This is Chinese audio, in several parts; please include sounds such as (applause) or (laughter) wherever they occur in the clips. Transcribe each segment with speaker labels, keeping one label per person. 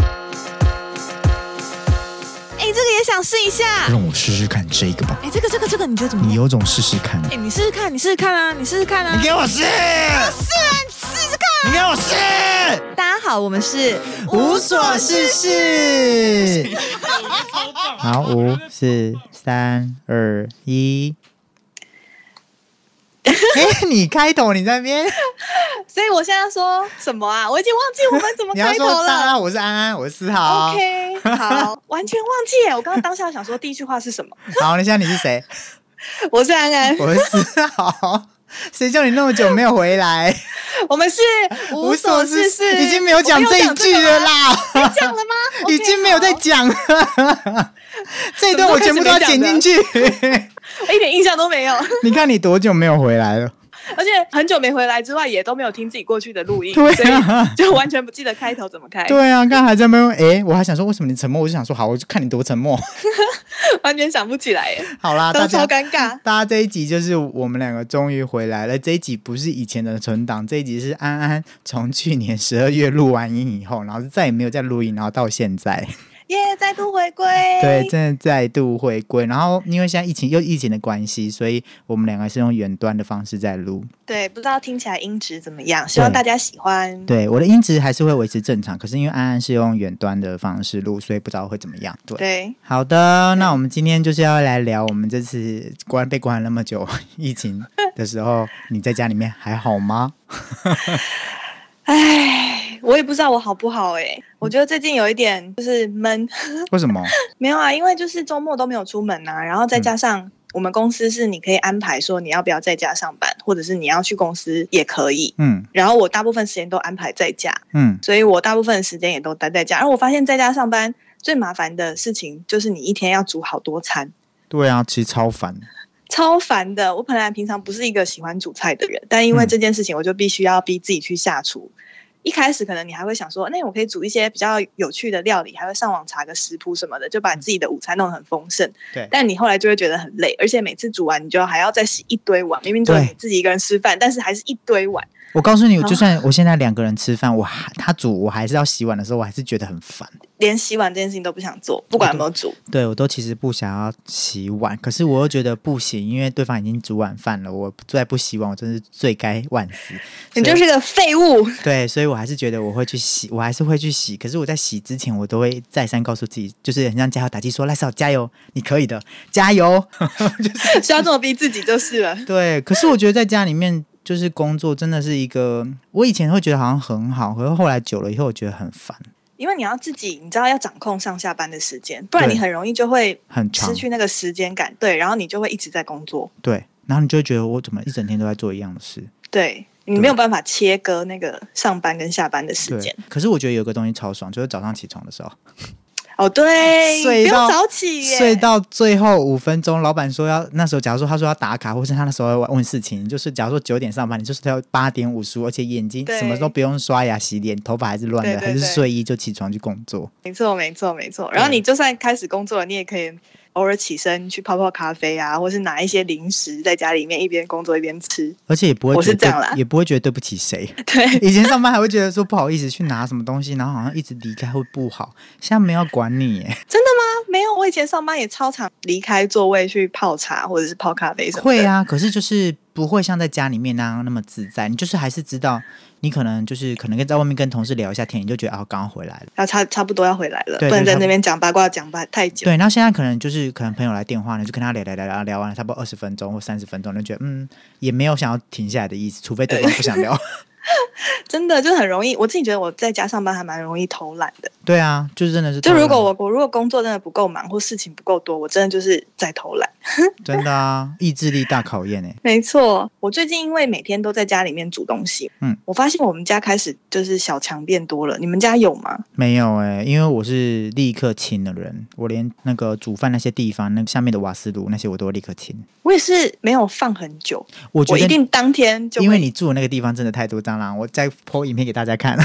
Speaker 1: 哎想试一下。
Speaker 2: 让我试试看这个吧。
Speaker 1: 哎，这个这个这个，你觉得怎么
Speaker 2: 你
Speaker 1: 样？
Speaker 2: 有种试试看，
Speaker 1: 哎，你试试看，你试试看啊，你试试看啊
Speaker 2: 你，给我试，
Speaker 1: 试啊，你试试看。
Speaker 2: 你给我试，
Speaker 1: 大家好，我们是
Speaker 2: 无所事事。
Speaker 1: (laughs)
Speaker 2: 好，五四三二一。哎，你开头你在那边，
Speaker 1: 所以我现在说什么啊？我已经忘记我们怎
Speaker 2: (laughs)
Speaker 1: 么
Speaker 2: 你要
Speaker 1: 开头
Speaker 2: 说大家
Speaker 1: 了。
Speaker 2: 好，我是安安，我是四号。
Speaker 1: OK，好，
Speaker 2: (laughs)
Speaker 1: 完全忘记耶！我刚刚当下想说第一句话是什么？
Speaker 2: 好，那现在你是谁？
Speaker 1: 我是安安，
Speaker 2: (laughs) 我是四号。谁叫你那么久没有回来？
Speaker 1: 我
Speaker 2: (laughs)
Speaker 1: 们是无所事事，
Speaker 2: 已经没有讲这一句了啦，？
Speaker 1: 我没有讲这个吗，讲了吗
Speaker 2: (laughs) 已经没有在
Speaker 1: OK，
Speaker 2: 讲了。这一段我全部都要剪进
Speaker 1: (laughs)
Speaker 2: 去。
Speaker 1: 好我一点印象都没有， (laughs)
Speaker 2: 你看你多久没有回来了？
Speaker 1: 而且很久没回来
Speaker 2: (laughs)
Speaker 1: 之外，也都没有听自己过去的录音，
Speaker 2: 对
Speaker 1: 所
Speaker 2: 啊
Speaker 1: 以就完全不记得开头怎么开，
Speaker 2: 对啊，刚才还在那边，哎、我还想说为什么你沉默，我就想说好，我就看你多沉默。
Speaker 1: (laughs) 完全想不起来耶，
Speaker 2: 好啦，大
Speaker 1: 都
Speaker 2: 家
Speaker 1: 超。尴尬。
Speaker 2: 大家这一集就是我们两个终于回来了。这一集不是以前的存档，这一集是安安从去年十二月录完音以后，然后再也没有再录音，然后到现在。
Speaker 1: 耶，再度回归。
Speaker 2: 对，真的再度回归。然后因为现在疫情又疫情的关系，所以我们两个是用远端的方式在录。
Speaker 1: 对，不知道听起来音质怎么样，希望大家喜欢。
Speaker 2: 对，我的音质还是会维持正常，可是因为安安是用远端的方式录，所以不知道会怎么样。对。
Speaker 1: 对，
Speaker 2: 好的，那我们今天就是要来聊我们这次关被关了那么久， (laughs) 疫情的时候，你在家里面还好吗？
Speaker 1: 唉，我也不知道我好不好哎、我觉得最近有一点就是闷， (laughs)
Speaker 2: 为什么？
Speaker 1: 没有啊，因为就是周末都没有出门啊，然后再加上我们公司是你可以安排说你要不要在家上班，或者是你要去公司也可以。
Speaker 2: 嗯
Speaker 1: 然后我大部分时间都安排在家，
Speaker 2: 嗯，
Speaker 1: 所以我大部分时间也都待在家。然后我发现在家上班最麻烦的事情就是你一天要煮好多餐，
Speaker 2: 对啊，其实超烦。
Speaker 1: 超烦的。我本来平常不是一个喜欢煮菜的人，但因为
Speaker 2: 嗯
Speaker 1: 这件事情，我就必须要逼自己去下厨。一开始可能你还会想说，那我可以煮一些比较有趣的料理，还会上网查个食谱什么的，就把自己的午餐弄得很丰盛。
Speaker 2: 嗯对
Speaker 1: 但你后来就会觉得很累，而且每次煮完你就还要再洗一堆碗，明明就
Speaker 2: 对
Speaker 1: 你自己一个人吃饭，但是还是一堆碗。
Speaker 2: 我告诉你，
Speaker 1: 好
Speaker 2: 就算我现在两个人吃饭，我还他煮，我还是要洗碗的时候，我还是觉得很烦。
Speaker 1: 连洗碗这件事情都不想做，不管有没有煮，
Speaker 2: 对我都其实不想要洗碗，可是我又觉得不行，因为对方已经煮晚饭了，我再不洗碗，我真是罪该万死。所
Speaker 1: 你
Speaker 2: 以
Speaker 1: 就是个废物。 (laughs)
Speaker 2: 对，所以我还是觉得我会去洗，我还是会去洗。可是我在洗之前，我都会再三告诉自己，就是很像加油打气说：“赖少加油，你可以的，加
Speaker 1: (laughs)
Speaker 2: 油。
Speaker 1: 需要这么逼自己就是了。” (laughs)
Speaker 2: 对，可是我觉得在家里面就是工作真的是一个，我以前会觉得好像很好，可是后来久了以后，我觉得很烦，
Speaker 1: 因为你要自己，你知道要掌控上下班的时间，不然
Speaker 2: 对
Speaker 1: 你很容易就会
Speaker 2: 很长
Speaker 1: 失。去那个时间感，对，然后你就会一直在工作，
Speaker 2: 对，然后你就会觉得我怎么一整天都在做一样的事。
Speaker 1: 对你
Speaker 2: 对
Speaker 1: 没有办法切割那个上班跟下班的时间
Speaker 2: 对。，可是我觉得有一个东西超爽，就是早上起床的时候。
Speaker 1: 哦，对，不
Speaker 2: 睡到
Speaker 1: 用早起耶，
Speaker 2: 睡到最后五分钟，老板说要那时候，假如说他说要打卡，或是他那时候要问事情，就是假如说九点上班，你就是要八点五十，而且眼睛
Speaker 1: 对
Speaker 2: 什么都不用刷牙洗脸，头发还是乱的，
Speaker 1: 对对
Speaker 2: 还是
Speaker 1: 对
Speaker 2: 睡衣就起床去工作。
Speaker 1: 没错，没错，没错。然后你就算开始工作了，你也可以偶尔起身去泡泡咖啡啊，或是拿一些零食在家里面一边工作一边吃。
Speaker 2: 而且也不会
Speaker 1: 我
Speaker 2: 觉
Speaker 1: 是
Speaker 2: 得
Speaker 1: 这样
Speaker 2: 对
Speaker 1: 啦
Speaker 2: 也不会觉得对不起谁。
Speaker 1: 对，
Speaker 2: 以前上班还会觉得说不好意思去拿什么东西，然后好像一直离开会不好。现在没有要管你
Speaker 1: (laughs)
Speaker 2: 耶，
Speaker 1: 没有，我以前上班也超常离开座位去泡茶或者是泡咖啡什么的。
Speaker 2: 会，啊，可是就是不会像在家里面那样那么自在。你就是还是知道，你可能就是可能跟在外面跟同事聊一下天，你就觉得啊，刚刚回来了。
Speaker 1: 要差差不多要回来了，
Speaker 2: 对
Speaker 1: 不能
Speaker 2: 对
Speaker 1: 在
Speaker 2: 差不
Speaker 1: 那边讲八卦讲八太久。
Speaker 2: 对，那现在可能就是可能朋友来电话呢，就跟他聊聊聊聊聊完了，差不多二十分钟或三十分钟，就觉得嗯，也没有想要停下来的意思，除非对方不想
Speaker 1: (laughs)
Speaker 2: 聊。
Speaker 1: 真的就很容易，我自己觉得我在家上班还蛮容易偷懒的。
Speaker 2: 对啊，就是真的是偷
Speaker 1: 就
Speaker 2: 懒，
Speaker 1: 如果我我如果工作真的不够忙或事情不够多，我真的就是在偷懒。
Speaker 2: 真的啊，意志力大考验哎、
Speaker 1: 没错，我最近因为每天都在家里面煮东西，
Speaker 2: 嗯，
Speaker 1: 我发现我们家开始就是小强变多了。你们家有吗？
Speaker 2: 没有哎、因为我是立刻清的人，我连那个煮饭那些地方，那个下面的瓦斯炉那些我都会立刻清。
Speaker 1: 我也是没有放很久，
Speaker 2: 我
Speaker 1: 我
Speaker 2: 觉
Speaker 1: 一
Speaker 2: 得。
Speaker 1: 定当天就
Speaker 2: 因为
Speaker 1: 会。
Speaker 2: 你住的那个地方真的太多蟑螂，我再剖影片给大家看。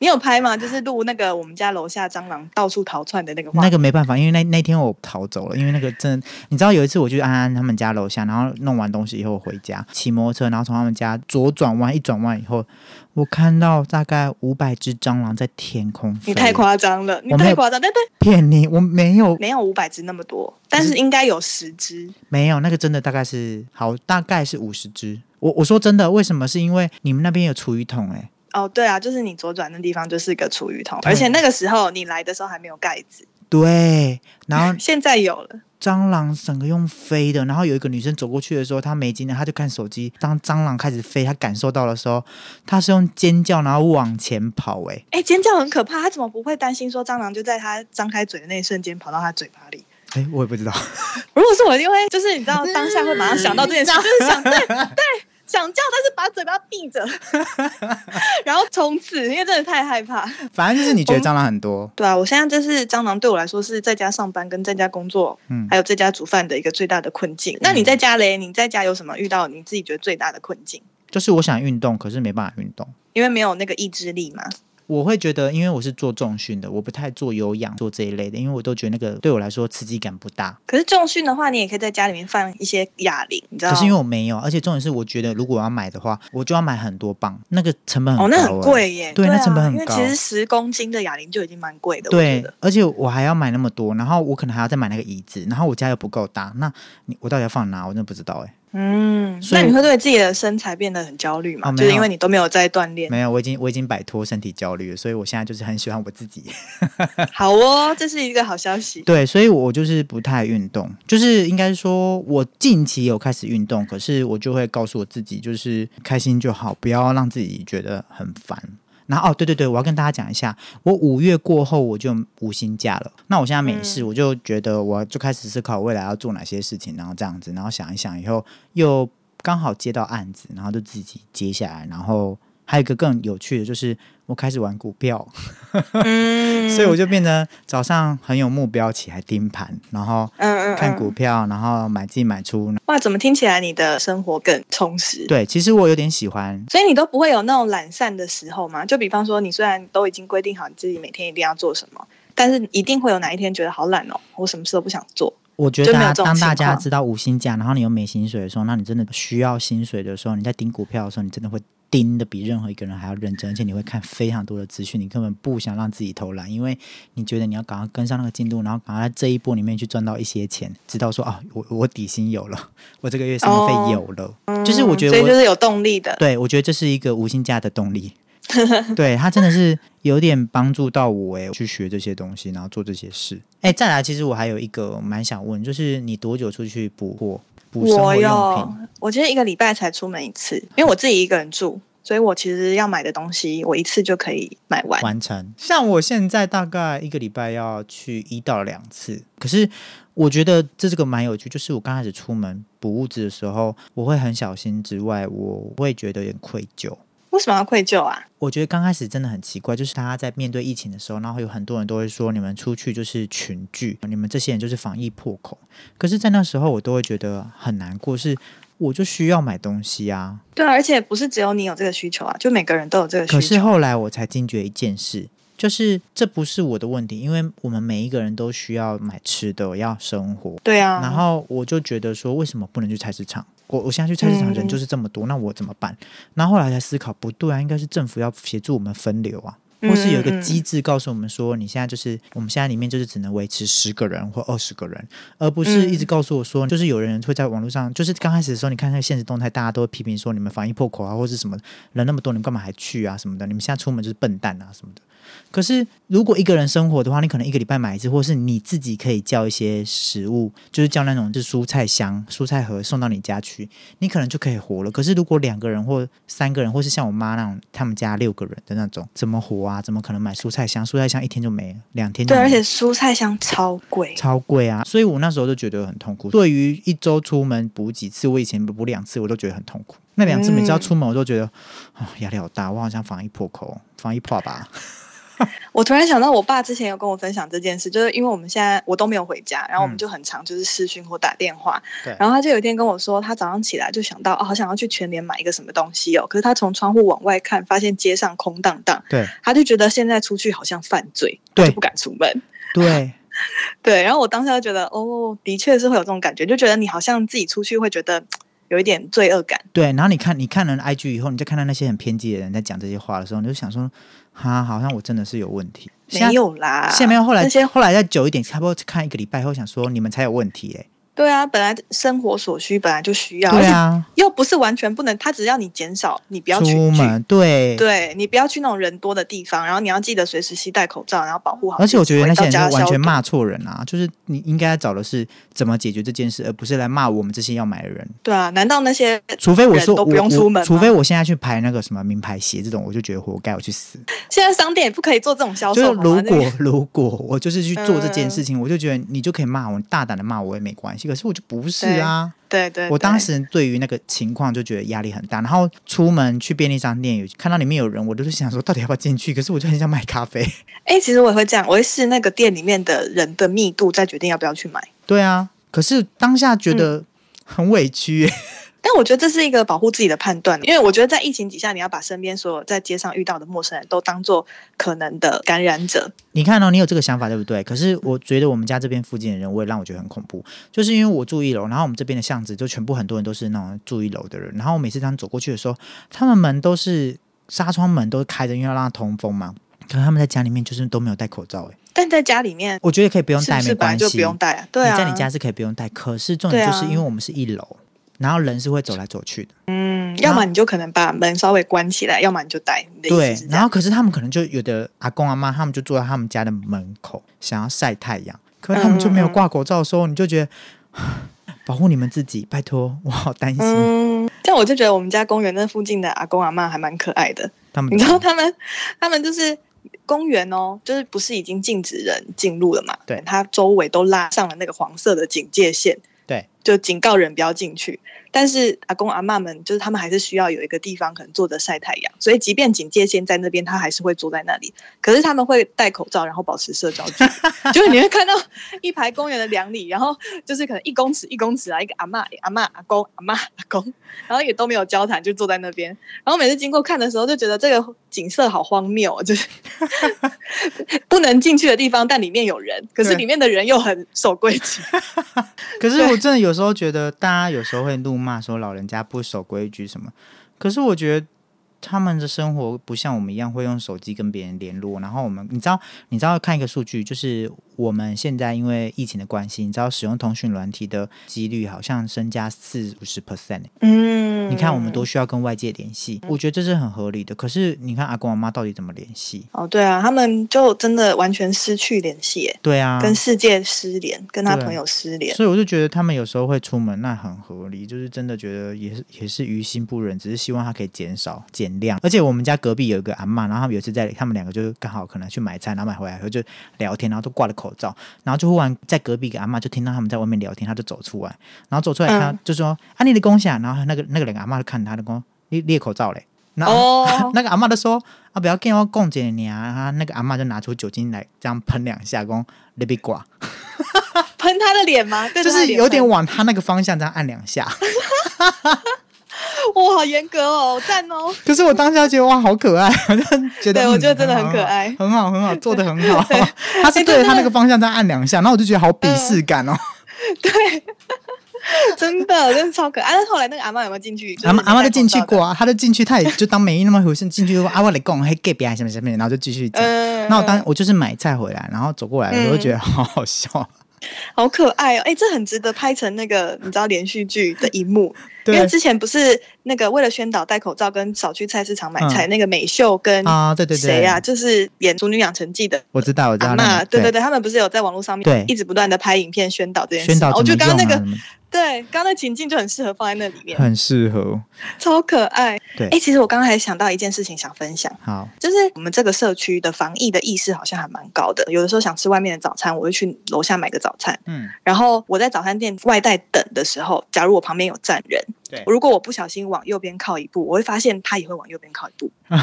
Speaker 1: 你有拍吗？就是录那个我们家楼下蟑螂到处逃窜的那个画
Speaker 2: 那
Speaker 1: 面。
Speaker 2: 个没办法，因为那那天我逃走了，因为那个真的，你知道有一次我去安安他们家楼下，然后弄完东西以后我回家，骑摩托车，然后从他们家左转弯一转弯以后，我看到大概五百只蟑螂在天空
Speaker 1: (laughs)
Speaker 2: 飞。
Speaker 1: 你太夸张了，你
Speaker 2: 我没有
Speaker 1: 太夸张，但但
Speaker 2: 骗你，我没有
Speaker 1: 没有五百只那么多，但是应该有十只。
Speaker 2: 没有，那个真的大概是好，大概是五十只。我我说真的，为什么？是因为你们那边有厨余桶哎、
Speaker 1: 哦，对啊，就是你左转那地方就是一个厨余桶，
Speaker 2: 对
Speaker 1: 而且那个时候你来的时候还没有盖子，
Speaker 2: 对，然后
Speaker 1: 现在有了。
Speaker 2: 蟑螂整个用飞的，然后有一个女生走过去的时候，她没经验，她就看手机。当蟑螂开始飞，她感受到的时候，她是用尖叫，然后往前跑、欸。
Speaker 1: 哎，尖叫很可怕，他怎么不会担心说蟑螂就在他张开嘴的那一瞬间跑到他嘴巴里？
Speaker 2: 哎，哎，我也不知道。
Speaker 1: 如果是我，一定会就是你知
Speaker 2: 嗯
Speaker 1: 道当下会马上想到这件事，就
Speaker 2: (laughs)
Speaker 1: 是想对对想叫，但是把嘴巴闭着，然后冲刺，因为真的太害怕。
Speaker 2: (laughs) 反正就是你觉得蟑螂很多，
Speaker 1: 对啊，我现在就是蟑螂对我来说是在家上班跟在家工作，
Speaker 2: 嗯
Speaker 1: 还有在家煮饭的一个最大的困境。那你在家嘞？你在家有什么遇到你自己觉得最大的困境？
Speaker 2: 就是我想运动，可是没办法运动。
Speaker 1: 因为没有那个意志力嘛。
Speaker 2: 我会觉得，因为我是做重训的，我不太做有氧做这一类的，因为我都觉得那个对我来说刺激感不大。
Speaker 1: 可是重训的话，你也可以在家里面放一些哑铃，你知道
Speaker 2: 可
Speaker 1: 吗？
Speaker 2: 是因为我没有，而且重点是，我觉得如果我要买的话，我就要买很多磅，那个成本很
Speaker 1: 哦，
Speaker 2: 高、欸
Speaker 1: 那很。贵耶，
Speaker 2: 对那
Speaker 1: 啊
Speaker 2: 成本很
Speaker 1: 因为
Speaker 2: 高
Speaker 1: 其实十公斤的哑铃就已经蛮贵的，我觉
Speaker 2: 对
Speaker 1: 得，
Speaker 2: 而且我还要买那么多，然后我可能还要再买那个椅子，然后我家又不够大，那你我到底要放哪？我真的不知道哎、
Speaker 1: 嗯，
Speaker 2: 所以
Speaker 1: 那你会对自己的身材变得很焦虑吗？
Speaker 2: 哦没
Speaker 1: 就是因
Speaker 2: 有
Speaker 1: 为你都没有在
Speaker 2: (laughs)
Speaker 1: 锻炼。
Speaker 2: 没有，我已经我已经摆脱身体焦虑了，所以我现在就是很喜欢我自己。
Speaker 1: 好哦，这是一个好消
Speaker 2: (laughs)
Speaker 1: 息。
Speaker 2: 对，所以我就是不太运动，就是应该说，我近期有开始运动，可是我就会告诉我自己，就是开心就好，不要让自己觉得很烦。然后哦，对对对，我要跟大家讲一下，我五月过后我就无薪假了。那我现在没事，我就觉得我就开始思考未来要做哪些事情，然后这样子，然后想一想以后又刚好接到案子，然后就自己接下来，然后还有一个更有趣的就是我开始玩股票。
Speaker 1: 嗯，
Speaker 2: 所以我就变得早上很有目标，起来盯盘，然后
Speaker 1: 嗯嗯
Speaker 2: 看
Speaker 1: 嗯
Speaker 2: 股票，然后买进买出。
Speaker 1: 哇，怎么听起来你的生活更充实？
Speaker 2: 对，其实我有点喜欢，
Speaker 1: 所以你都不会有那种懒散的时候吗？就比方说，你虽然都已经规定好你自己每天一定要做什么，但是一定会有哪一天觉得好懒哦，我什么事都不想做。
Speaker 2: 我觉
Speaker 1: 就
Speaker 2: 得
Speaker 1: 没有
Speaker 2: 啊
Speaker 1: 这种
Speaker 2: 当大
Speaker 1: 情
Speaker 2: 家
Speaker 1: 况
Speaker 2: 知道无薪假，然后你又没薪水的时候，那你真的需要薪水的时候，你在盯股票的时候，你真的会。盯的比任何一个人还要认真，而且你会看非常多的资讯，你根本不想让自己偷懒，因为你觉得你要赶快跟上那个进度，然后赶快在这一波里面去赚到一些钱，知道说啊，我我底薪有了，我这个月生活
Speaker 1: 哦
Speaker 2: 费有了，就是我觉得
Speaker 1: 所以
Speaker 2: 我
Speaker 1: 就是有动力的。
Speaker 2: 对，我觉得这是一个无薪假的动力。 (laughs) 对他真的是有点帮助到我哎，去学这些东西，然后做这些事。哎，再来，其实我还有一个蛮想问，就是你多久出去补货、补生
Speaker 1: 我
Speaker 2: 活用
Speaker 1: 有
Speaker 2: 品？，
Speaker 1: 我其实一个礼拜才出门一次，因为我自己一个人住，所以我其实要买的东西，我一次就可以买完。
Speaker 2: 完成。像我现在大概一个礼拜要去一到两次，可是我觉得这这个蛮有趣，就是我刚开始出门补物资的时候，我会很小心，之外我会觉得有点愧疚。
Speaker 1: 为什么要愧疚啊？
Speaker 2: 我觉得刚开始真的很奇怪，就是大家在面对疫情的时候，然后有很多人都会说你们出去就是群聚，你们这些人就是防疫破口。可是，在那时候我都会觉得很难过，是我就需要买东西啊。
Speaker 1: 对啊，而且不是只有你有这个需求啊，就每个人都有这个
Speaker 2: 可
Speaker 1: 需
Speaker 2: 是
Speaker 1: 求。
Speaker 2: 后来我才惊觉一件事，就是这不是我的问题，因为我们每一个人都需要买吃的，要生活。
Speaker 1: 对啊，
Speaker 2: 然后我就觉得说，为什么不能去菜市场？我我现在去菜市场人
Speaker 1: 嗯
Speaker 2: 就是这么多，那我怎么办？然后后来才思考，不对啊，应该是政府要协助我们分流啊，
Speaker 1: 嗯
Speaker 2: 或是有一
Speaker 1: 嗯
Speaker 2: 个
Speaker 1: 嗯
Speaker 2: 机制告诉我们说，你现在就是我们现在里面就是只能维持十个人或二十个人，而不是
Speaker 1: 嗯
Speaker 2: 一直告诉我说，就是有人会在网络上，就是刚开始的时候，你看那个现实动态，大家都会批评说你们防疫破口啊，或是什么人那么多，你们干嘛还去啊什么的？你们现在出门就是笨蛋啊什么的。可是，如果一个人生活的话，你可能一个礼拜买一次，或是你自己可以叫一些食物，就是叫那种就是蔬菜箱、蔬菜盒送到你家去，你可能就可以活了。可是，如果两个人或三个人，或是像我妈那种，他们家六个人的那种，怎么活啊？怎么可能买蔬菜箱？蔬菜箱一天就没了，两天就
Speaker 1: 对，
Speaker 2: 没了
Speaker 1: 而且蔬菜箱超贵。
Speaker 2: 超贵啊！所以我那时候就觉得很痛苦。对于一周出门补几次，我以前补两次我都觉得很痛苦。哦那两次每次要出门，我都觉得啊、压力好大，我好像防疫破口，防疫破吧。
Speaker 1: 我突然想到，我爸之前有跟我分享这件事，就是因为我们现在我都没有回家，然后我们就很常就是视讯或打电话。
Speaker 2: 嗯对
Speaker 1: 然后他就有一天跟我说，他早上起来就想到，哦，好想要去全联买一个什么东西哦。可是他从窗户往外看，发现街上空荡荡，
Speaker 2: 对
Speaker 1: 他就觉得现在出去好像犯罪，
Speaker 2: 对
Speaker 1: 就不敢出门。
Speaker 2: 对
Speaker 1: 对，然后我当下就觉得，哦，的确是会有这种感觉，就觉得你好像自己出去会觉得嘖有一点罪恶感。
Speaker 2: 对，然后你看你看了 IG 以后，你再看到那些很偏激的人在讲这些话的时候，你就想说，哈，好像我真的是有问题。现
Speaker 1: 没
Speaker 2: 在
Speaker 1: 有啦，
Speaker 2: 现在没有，后来
Speaker 1: 那些
Speaker 2: 后来再久一点，差不多看一个礼拜后，想说你们才有问题哎、
Speaker 1: 对啊，本来生活所需本来就需要，
Speaker 2: 对，啊，
Speaker 1: 又不是完全不能，他只要你减少，你不要群
Speaker 2: 出
Speaker 1: 聚，
Speaker 2: 门对。
Speaker 1: 对你不要去那种人多的地方，然后你要记得随时携带口罩，然后保护好
Speaker 2: 而
Speaker 1: 自己。
Speaker 2: 且我觉得那些
Speaker 1: 回
Speaker 2: 人
Speaker 1: 到家
Speaker 2: 是完
Speaker 1: 消
Speaker 2: 全
Speaker 1: 毒，
Speaker 2: 骂错人啊！就是你应该找的是怎么解决这件事，而不是来骂我们这些要买的人。
Speaker 1: 对啊，难道那些
Speaker 2: 除非我说
Speaker 1: 人都
Speaker 2: 我
Speaker 1: 不用出门
Speaker 2: 我，除
Speaker 1: 吗
Speaker 2: 非我现在去排那个什么名牌鞋这种，我就觉得活该我去死。
Speaker 1: 现在商店也不可以做这种销
Speaker 2: 就是
Speaker 1: 售好吗？
Speaker 2: 如
Speaker 1: 那
Speaker 2: 果
Speaker 1: 个嗯
Speaker 2: 如果我就是去做这件事情，我就觉得你就可以骂我，你大胆的骂我也没关系。可是我就不是啊！
Speaker 1: 对对，
Speaker 2: 我
Speaker 1: 对
Speaker 2: 当时对于那个情况就觉得压力很大，然后出门去便利商店有看到里面有人，我就是想说到底要不要进去？可是我就很想买咖啡。 (laughs)
Speaker 1: 哎、其实我也会这样，我会试那个店里面的人的密度，再决定要不要去买。
Speaker 2: 对啊，可是当下
Speaker 1: 嗯
Speaker 2: 觉得很委屈、
Speaker 1: 但我觉得这是一个保护自己的判断，因为我觉得在疫情底下，你要把身边所有在街上遇到的陌生人都当做可能的感染者。
Speaker 2: 你看哦，你有这个想法对不对？可是我觉得我们家这边附近的人，我也让我觉得很恐怖，就是因为我住一楼，然后我们这边的巷子就全部很多人都是那种住一楼的人，然后我每次这样走过去的时候，他们门都是纱窗门都是开着，因为要让它通风嘛。可是他们在家里面就是都没有戴口罩、欸，
Speaker 1: 但在家里面
Speaker 2: 我觉得可以不用
Speaker 1: 是
Speaker 2: 戴
Speaker 1: 不是
Speaker 2: 没
Speaker 1: 本来
Speaker 2: 关系，
Speaker 1: 就不用带啊？对啊，
Speaker 2: 你在你家是可以不用戴，可是重点
Speaker 1: 对啊
Speaker 2: 就是因为我们是一楼，然后人是会走来走去的。
Speaker 1: 嗯，要么你就可能把门稍微关起来，要么你就带。你的意
Speaker 2: 对
Speaker 1: 思是，这
Speaker 2: 然
Speaker 1: 样？
Speaker 2: 后可是他们可能就有的阿公阿妈，他们就坐在他们家的门口，想要晒太阳，可是他们就没有
Speaker 1: 嗯嗯嗯
Speaker 2: 挂口罩的时候，你就觉得 (sighs) 唉保护你们自己，拜托，我好担心、
Speaker 1: 嗯，但我就觉得我们家公园那附近的阿公阿妈还蛮可爱的，
Speaker 2: 他们
Speaker 1: 你
Speaker 2: 的
Speaker 1: 知
Speaker 2: 情
Speaker 1: 道
Speaker 2: 况。
Speaker 1: 他们，他们就是公园哦，就是不是已经禁止人进入了嘛？
Speaker 2: 对
Speaker 1: 它周围都拉上了那个黄色的警戒线，
Speaker 2: 对，
Speaker 1: 就警告人不要进去。但是阿公阿嬷们，就是他们还是需要有一个地方可能坐着晒太阳，所以即便警戒线在那边，他还是会坐在那里。可是他们会戴口罩，然后保持社交距
Speaker 2: (laughs)
Speaker 1: 离，就是你会看到一排公园的两里，然后就是可能一公尺一公尺啊，一个阿嬷、阿嬷、阿公、阿嬷、阿公，然后也都没有交谈，就坐在那边。然后每次经过看的时候，就觉得这个景色好荒谬、哦，就是 (laughs) 不能进去的地方，但里面有人，可是
Speaker 2: 对
Speaker 1: 里面的人又很守规矩。
Speaker 2: 可是我真的有时候觉得，大家有时候会怒骂说老人家不守规矩什么，可是我觉得。他们的生活不像我们一样会用手机跟别人联络，然后我们，你知道，你知道看一个数据，就是我们现在因为疫情的关系，你知道使用通讯软体的几率好像增加四五十 percent，
Speaker 1: 嗯
Speaker 2: 你看，我们多需要跟外界联系，我觉得这是很合理的。可是你看阿公阿妈到底怎么联系？
Speaker 1: 哦，对啊，他们就真的完全失去联系耶，
Speaker 2: 对啊，
Speaker 1: 跟世界失联，跟他
Speaker 2: 对
Speaker 1: 朋友失联。
Speaker 2: 所以我就觉得他们有时候会出门，那很合理，就是真的觉得也是也是于心不忍，只是希望他可以减少减量。而且我们家隔壁有一个阿嬷，然后他们有一次在他们两个就是刚好可能去买菜，然后买回来以后就聊天，然后都挂了口罩，然后就忽然在隔壁一个阿嬷就听到他们在外面聊天，他就走出来，然后走出来他
Speaker 1: 嗯
Speaker 2: 就说：“啊，你的功下。”然后那个那个两个阿嬷就看他的功，你你的口罩嘞。然后
Speaker 1: 哦
Speaker 2: (laughs) 那个阿嬷就说：“啊，不要跟我共姐你啊！”她那个阿嬷就拿出酒精来这样喷两下，讲你被挂，
Speaker 1: 喷他的脸吗？对
Speaker 2: 就
Speaker 1: 着他的
Speaker 2: 是
Speaker 1: 脸
Speaker 2: 有点
Speaker 1: 喷
Speaker 2: 往她那个方向这样按两
Speaker 1: (laughs)
Speaker 2: 下。
Speaker 1: 哇，好严格哦，赞
Speaker 2: (laughs)
Speaker 1: 哦。
Speaker 2: 可是我当下觉得哇，好可爱，我就觉得
Speaker 1: 对我觉得
Speaker 2: 嗯
Speaker 1: 真的很可爱
Speaker 2: 很好，很好，很好做的很
Speaker 1: (laughs)
Speaker 2: 好。她是对着
Speaker 1: 哎真的
Speaker 2: 她那个方向这样按两下，然后我就觉得好鄙视感哦。
Speaker 1: 真的，真的超可爱。但是后来啊那个阿妈有没有进嗯去？就是
Speaker 2: 阿妈阿妈
Speaker 1: 没戴
Speaker 2: 就进去
Speaker 1: 口罩的
Speaker 2: 过，啊，她就进去，她也就当没那么回事，进去就说啊，我来讲，嘿，隔壁啊，什么什么，然后就继续讲。
Speaker 1: 嗯，
Speaker 2: 那我当我就是买菜回来，然后走过来，我就觉得好好笑。
Speaker 1: 好可爱哦！哎、这很值得拍成那个你知道连续剧的一幕，因
Speaker 2: 对
Speaker 1: 为之前不是那个为了宣导戴口罩跟少去菜市场买菜，那个美秀跟
Speaker 2: 嗯啊，对对对，
Speaker 1: 谁呀、就是演《熟女养成记》的啊
Speaker 2: 我知道，我知道
Speaker 1: 阿
Speaker 2: 那
Speaker 1: 嬷，
Speaker 2: 个，
Speaker 1: 对对对，他们不是有在网络上
Speaker 2: 对
Speaker 1: 面一直不断的拍影片宣导这件事
Speaker 2: 宣
Speaker 1: 吗，
Speaker 2: 导
Speaker 1: 哦我
Speaker 2: 怎
Speaker 1: 觉
Speaker 2: 么
Speaker 1: 得刚刚那
Speaker 2: 用啊
Speaker 1: 个对，刚刚那情境就很适合放在那里面，
Speaker 2: 很适合。
Speaker 1: 超可爱。
Speaker 2: 对
Speaker 1: 哎、其实我刚刚还想到一件事情想分享。
Speaker 2: 好，
Speaker 1: 就是我们这个社区的防疫的意识好像还蛮高的，有的时候想吃外面的早餐，我会去楼下买个早餐，
Speaker 2: 嗯，
Speaker 1: 然后我在早餐店外带等的时候，假如我旁边有站人，
Speaker 2: 对
Speaker 1: 如果我不小心往右边靠一步，我会发现他也会往右边靠一步。 (laughs)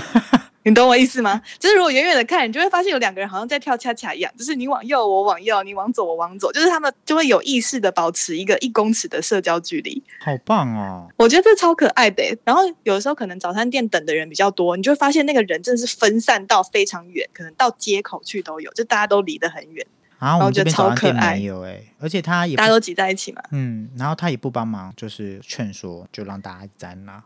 Speaker 1: 你懂我意思吗？就是如果远远的看，你就会发现有两个人好像在跳恰恰一样，就是你往右，我往右；你往左，我往左。就是他们就会有意识的保持一个一公尺的社交距离，
Speaker 2: 好棒哦！
Speaker 1: 我觉得这超可爱的欸。然后有时候可能早餐店等的人比较多，你就会发现那个人真的是分散到非常远，可能到街口去都有，就大家都离得很远，
Speaker 2: 啊，
Speaker 1: 后
Speaker 2: 我们这
Speaker 1: 就
Speaker 2: 边
Speaker 1: 超
Speaker 2: 早餐
Speaker 1: 可
Speaker 2: 店
Speaker 1: 爱
Speaker 2: 没有哎、而且他也不
Speaker 1: 大家都挤在一起嘛。
Speaker 2: 嗯，然后他也不帮忙，就是劝说，就让大家沾啦、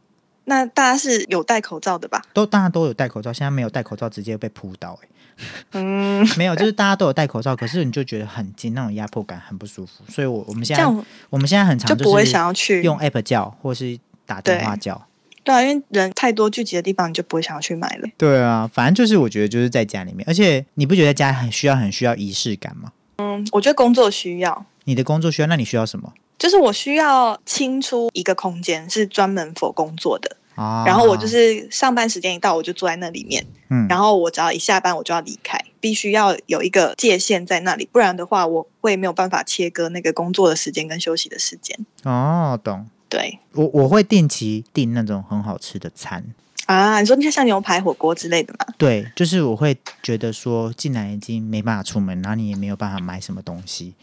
Speaker 1: 那大家是有戴口罩的吧？
Speaker 2: 都大家都有戴口罩，现在没有戴口罩直接被扑倒、欸， (laughs)
Speaker 1: 嗯，
Speaker 2: 没有，就是大家都有戴口罩，可是你就觉得很近，那种压迫感很不舒服。所以我我们现
Speaker 1: 这
Speaker 2: 在
Speaker 1: 样
Speaker 2: 我们现在很常
Speaker 1: 就不会
Speaker 2: 是
Speaker 1: 想要去
Speaker 2: 用 app 叫，或是打电话叫。
Speaker 1: 对啊，因为人太多聚集的地方，你就不会想要去买了。
Speaker 2: 对啊，反正就是我觉得就是在家里面，而且你不觉得在家很需要很需要仪式感吗？
Speaker 1: 嗯，我觉得工作需要，
Speaker 2: 你的工作需要，那你需要什么
Speaker 1: 就是我需要清出一个空间是专门否工作的，
Speaker 2: 啊？
Speaker 1: 然后我就是上班时间一到，我就坐在那里面，
Speaker 2: 嗯，
Speaker 1: 然后我只要一下班我就要离开，必须要有一个界限在那里，不然的话我会没有办法切割那个工作的时间跟休息的时间。
Speaker 2: 哦，懂。
Speaker 1: 对
Speaker 2: 我我会定期订那种很好吃的餐，
Speaker 1: 啊，你说像像牛排、火锅之类的嘛？
Speaker 2: 对，就是我会觉得说，既然已经没办法出门，然后你也没有办法买什么东西，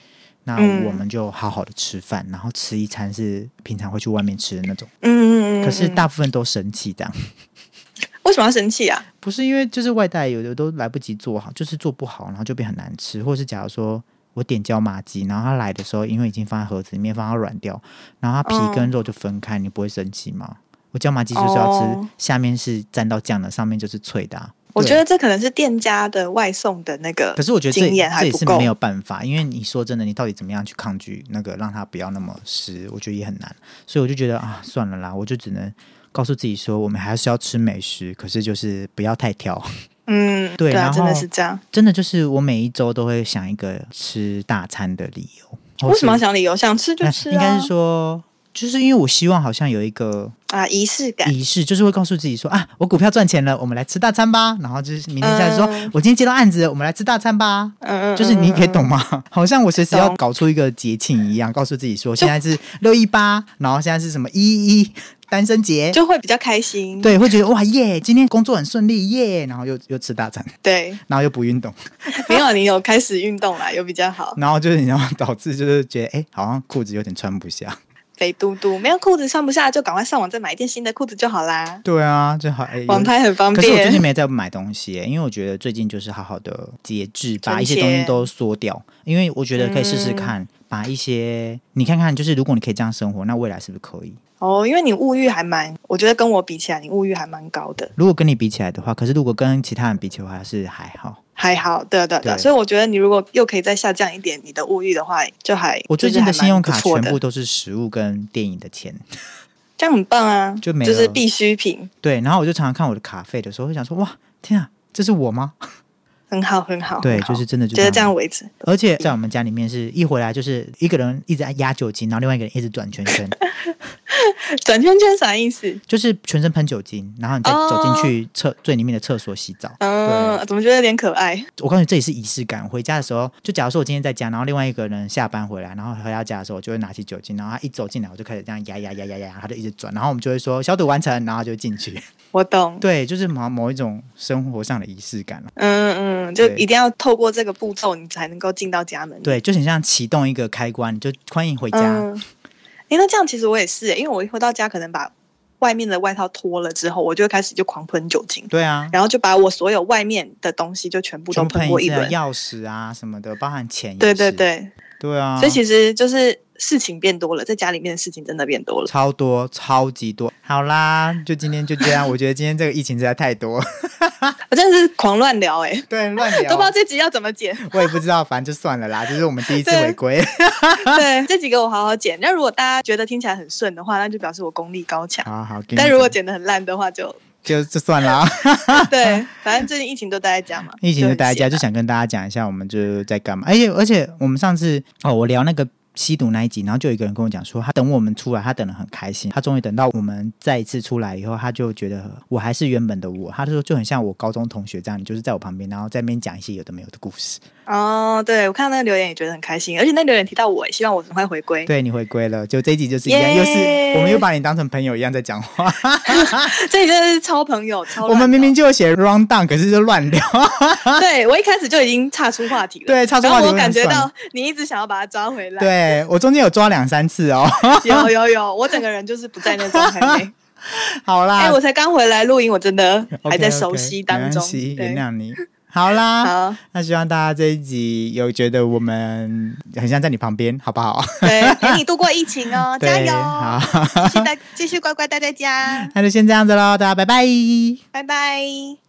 Speaker 2: 那
Speaker 1: 嗯
Speaker 2: 我们就好好的吃饭，然后吃一餐是平常会去外面吃的那种。
Speaker 1: 嗯嗯嗯嗯。
Speaker 2: 可是
Speaker 1: 嗯
Speaker 2: 大部分都生气这样，
Speaker 1: 为什么要生气啊？
Speaker 2: 不是因为就是外带有的都来不及做好，就是做不好，然后就变很难吃，或是假如说。我点椒麻鸡，然后它来的时候，因为已经放在盒子里面，放到软掉，然后它皮跟肉就分开，你不会生气吗？我椒麻鸡就是要吃，
Speaker 1: 哦
Speaker 2: 下面是沾到酱的，上面就是脆的、啊。
Speaker 1: 我
Speaker 2: 对
Speaker 1: 觉得这可能是店家的外送的那个
Speaker 2: 可是我觉得这
Speaker 1: 经验
Speaker 2: 这
Speaker 1: 还
Speaker 2: 也
Speaker 1: 不
Speaker 2: 是
Speaker 1: 够
Speaker 2: 没。有办法，因为你说真的，你到底怎么样去抗拒那个让它不要那么湿，我觉得也很难。所以我就觉得啊，算了啦，我就只能告诉自己说，我们还是要吃美食，可是就是不要太挑。
Speaker 1: 嗯，
Speaker 2: 对
Speaker 1: 啊，
Speaker 2: 然
Speaker 1: 真的
Speaker 2: 后
Speaker 1: 是这样。
Speaker 2: 真的就是我每一周都会想一个吃大餐的理由。或
Speaker 1: 为什么要
Speaker 2: 是
Speaker 1: 想理由？想吃就
Speaker 2: 那
Speaker 1: 吃、啊，
Speaker 2: 应该是说。就是因为我希望好像有一个
Speaker 1: 啊仪式感。
Speaker 2: 仪式，就是会告诉自己说啊，我股票赚钱了，我们来吃大餐吧。然后就是明天下来说，
Speaker 1: 嗯
Speaker 2: 我今天接到案子了，我们来吃大餐吧。
Speaker 1: 嗯，嗯
Speaker 2: 就是你可以。懂
Speaker 1: 嗯嗯
Speaker 2: 吗？好像我随时要
Speaker 1: 懂
Speaker 2: 搞出一个节庆一样，告诉自己说现在是六一八，然后现在是什么一一单身节
Speaker 1: 嗯，就会比较开心。
Speaker 2: 对，会觉得哇耶，今天工作很顺利耶，然后又又吃大餐， (laughs)
Speaker 1: 对，
Speaker 2: 然后又不运动，
Speaker 1: 没有你有开始运动啦，有比较好。
Speaker 2: (laughs) 然后就是你知道吗，导致就是觉得哎、好像裤子有点穿不下。 (laughs)
Speaker 1: 肥嘟嘟，没有裤子穿不下，就赶快上网再买一件新的裤子就好啦。
Speaker 2: 对啊，就好哎。有
Speaker 1: 网拍很方
Speaker 2: 可是我最近
Speaker 1: 便。
Speaker 2: 没在买东西耶，因为我觉得最近就是好好的节制，把
Speaker 1: 存
Speaker 2: 一些东西
Speaker 1: 钱
Speaker 2: 都缩掉，因为我觉得可以试试
Speaker 1: 嗯
Speaker 2: 看，把一些你看看，就是如果你可以这样生活，那未来是不是可以？
Speaker 1: 哦，因为你物欲还蛮，我觉得跟我比起来，你物欲还蛮高的，
Speaker 2: 如果跟你比起来的话，可是如果跟其他人比起来的话是还好。
Speaker 1: 还好。对啊对啊对啊，
Speaker 2: 对
Speaker 1: 所以我觉得你如果又可以再下降一点你的物欲的话，就还
Speaker 2: 我最
Speaker 1: 就是
Speaker 2: 近的
Speaker 1: 还
Speaker 2: 信用卡
Speaker 1: 蛮不错
Speaker 2: 全
Speaker 1: 的
Speaker 2: 部都是食物跟电影的钱，
Speaker 1: 这样很棒啊，
Speaker 2: 就没
Speaker 1: 是
Speaker 2: 了
Speaker 1: 必需品，
Speaker 2: 对。然后我就常常看我的卡费的时候，会想说哇，天啊，这是我吗？ (laughs)
Speaker 1: 很好很好。
Speaker 2: 对，
Speaker 1: 很好
Speaker 2: 就是啊真的就
Speaker 1: 觉得这样。为止。
Speaker 2: 而且在我们家里面是一回来就是一个人一直在压酒精，然后另外一个人一直转全身， (laughs)
Speaker 1: 转圈圈啥意思？
Speaker 2: 就是全身喷酒精，然后你再
Speaker 1: 哦
Speaker 2: 走进去厕、最里面的厕所洗澡。
Speaker 1: 嗯，怎么觉得有点可爱？
Speaker 2: 我告诉你，这也是仪式感。回家的时候，就假如说我今天在家，然后另外一个人下班回来，然后回到家的时候，我就会拿起酒精，然后他一走进来，我就开始这样压压压压压，他就一直转，然后我们就会说消毒完成，然后就进去。 (laughs)
Speaker 1: 我懂。
Speaker 2: 对，就是某某一种生活上的仪式感了。
Speaker 1: 嗯嗯，就
Speaker 2: 对
Speaker 1: 一定要透过这个步骤，你才能够进到家门。，
Speaker 2: 对，就很像启动一个开关，你就欢迎回家。
Speaker 1: 嗯。哎，那这样其实我也是，因为我一回到家，可能把外面的外套脱了之后，我就会开始就狂喷酒精，
Speaker 2: 对啊，
Speaker 1: 然后就把我所有外面的东西就全部都
Speaker 2: 全部喷
Speaker 1: 过
Speaker 2: 一次啊
Speaker 1: 轮。
Speaker 2: 钥匙啊什么的，包含钱也
Speaker 1: 对对
Speaker 2: 是，
Speaker 1: 对，
Speaker 2: 对啊，
Speaker 1: 所以其实就是事情变多了，在家里面的事情真的变多了。
Speaker 2: 超多，超级多。好啦，就今天就这
Speaker 1: (laughs)
Speaker 2: 样。我觉得今天这个疫情实在太多， (laughs)
Speaker 1: 我真的是狂乱聊哎、诶
Speaker 2: 对，乱
Speaker 1: 都不知道
Speaker 2: 聊，
Speaker 1: 这集要怎么剪。
Speaker 2: 我也不知道，反正就算了啦。这是我们第一次
Speaker 1: 对
Speaker 2: 回归。
Speaker 1: 对，这几个我好好剪。那如果大家觉得听起来很顺的话，那就表示我功力高
Speaker 2: (laughs)
Speaker 1: 强。
Speaker 2: 好好，给你
Speaker 1: 但如果
Speaker 2: 这
Speaker 1: 剪得很烂的
Speaker 2: (laughs)
Speaker 1: 话就，
Speaker 2: 就就算
Speaker 1: (laughs)
Speaker 2: 啦。
Speaker 1: 对，反正最近疫情都待在家嘛，
Speaker 2: (laughs) 疫情就
Speaker 1: 很
Speaker 2: 大家
Speaker 1: 闲
Speaker 2: 哎就想跟大家讲一下，我们就是在干嘛。而且而且我们上次哦，我聊那个吸毒那一集，然后就有一个人跟我讲说，他等我们出来，他等的很开心，他终于等到我们再一次出来以后，他就觉得我还是原本的我，他就说就很像我高中同学这样，你就是在我旁边，然后在那边讲一些有的没有的故事。
Speaker 1: 哦，对我看到那个留言也觉得很开心，而且那留言提到我，希望我赶快回归。 (laughs)
Speaker 2: 对你回归了，就这一集就是一样又是
Speaker 1: 耶
Speaker 2: 我们又把你当成朋友一样在讲话。
Speaker 1: 这里真的是超朋友，超
Speaker 2: 我们
Speaker 1: 乱
Speaker 2: 明
Speaker 1: 聊
Speaker 2: 明就有写 round down，可是就乱聊。
Speaker 1: 对我一开始就已经岔出话题了，
Speaker 2: 对岔出
Speaker 1: 然
Speaker 2: 话
Speaker 1: 后
Speaker 2: 题
Speaker 1: 我
Speaker 2: 会
Speaker 1: 感
Speaker 2: 很
Speaker 1: 觉
Speaker 2: 爽
Speaker 1: 到你一直想要把它抓回来。，
Speaker 2: 对我中间有抓两三次哦。
Speaker 1: (laughs) 有有有，我整个人就是不在那状态
Speaker 2: (laughs)
Speaker 1: 内。
Speaker 2: 好啦，
Speaker 1: 哎，我才刚回来录音，我真的
Speaker 2: OK，
Speaker 1: 还在
Speaker 2: OK，
Speaker 1: 熟悉当
Speaker 2: 啊没
Speaker 1: 中
Speaker 2: 关。系
Speaker 1: 对
Speaker 2: 原谅你。好啦，
Speaker 1: 好，
Speaker 2: 那希望大家这一集有觉得我们很像在你旁边，好不好？ (laughs)
Speaker 1: 对，陪你度过疫情哦，加
Speaker 2: 对，
Speaker 1: 油！
Speaker 2: 好， (laughs)
Speaker 1: 继续待，继续乖乖待在家，
Speaker 2: 那就先这样子喽，大家拜拜。
Speaker 1: 拜拜。